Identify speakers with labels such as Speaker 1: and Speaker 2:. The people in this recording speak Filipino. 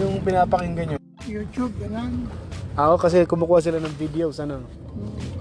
Speaker 1: yung pinapakinggan nyo?
Speaker 2: YouTube, ganun.
Speaker 1: Ako kasi kumukuha sila ng videos, ano?
Speaker 2: Mm.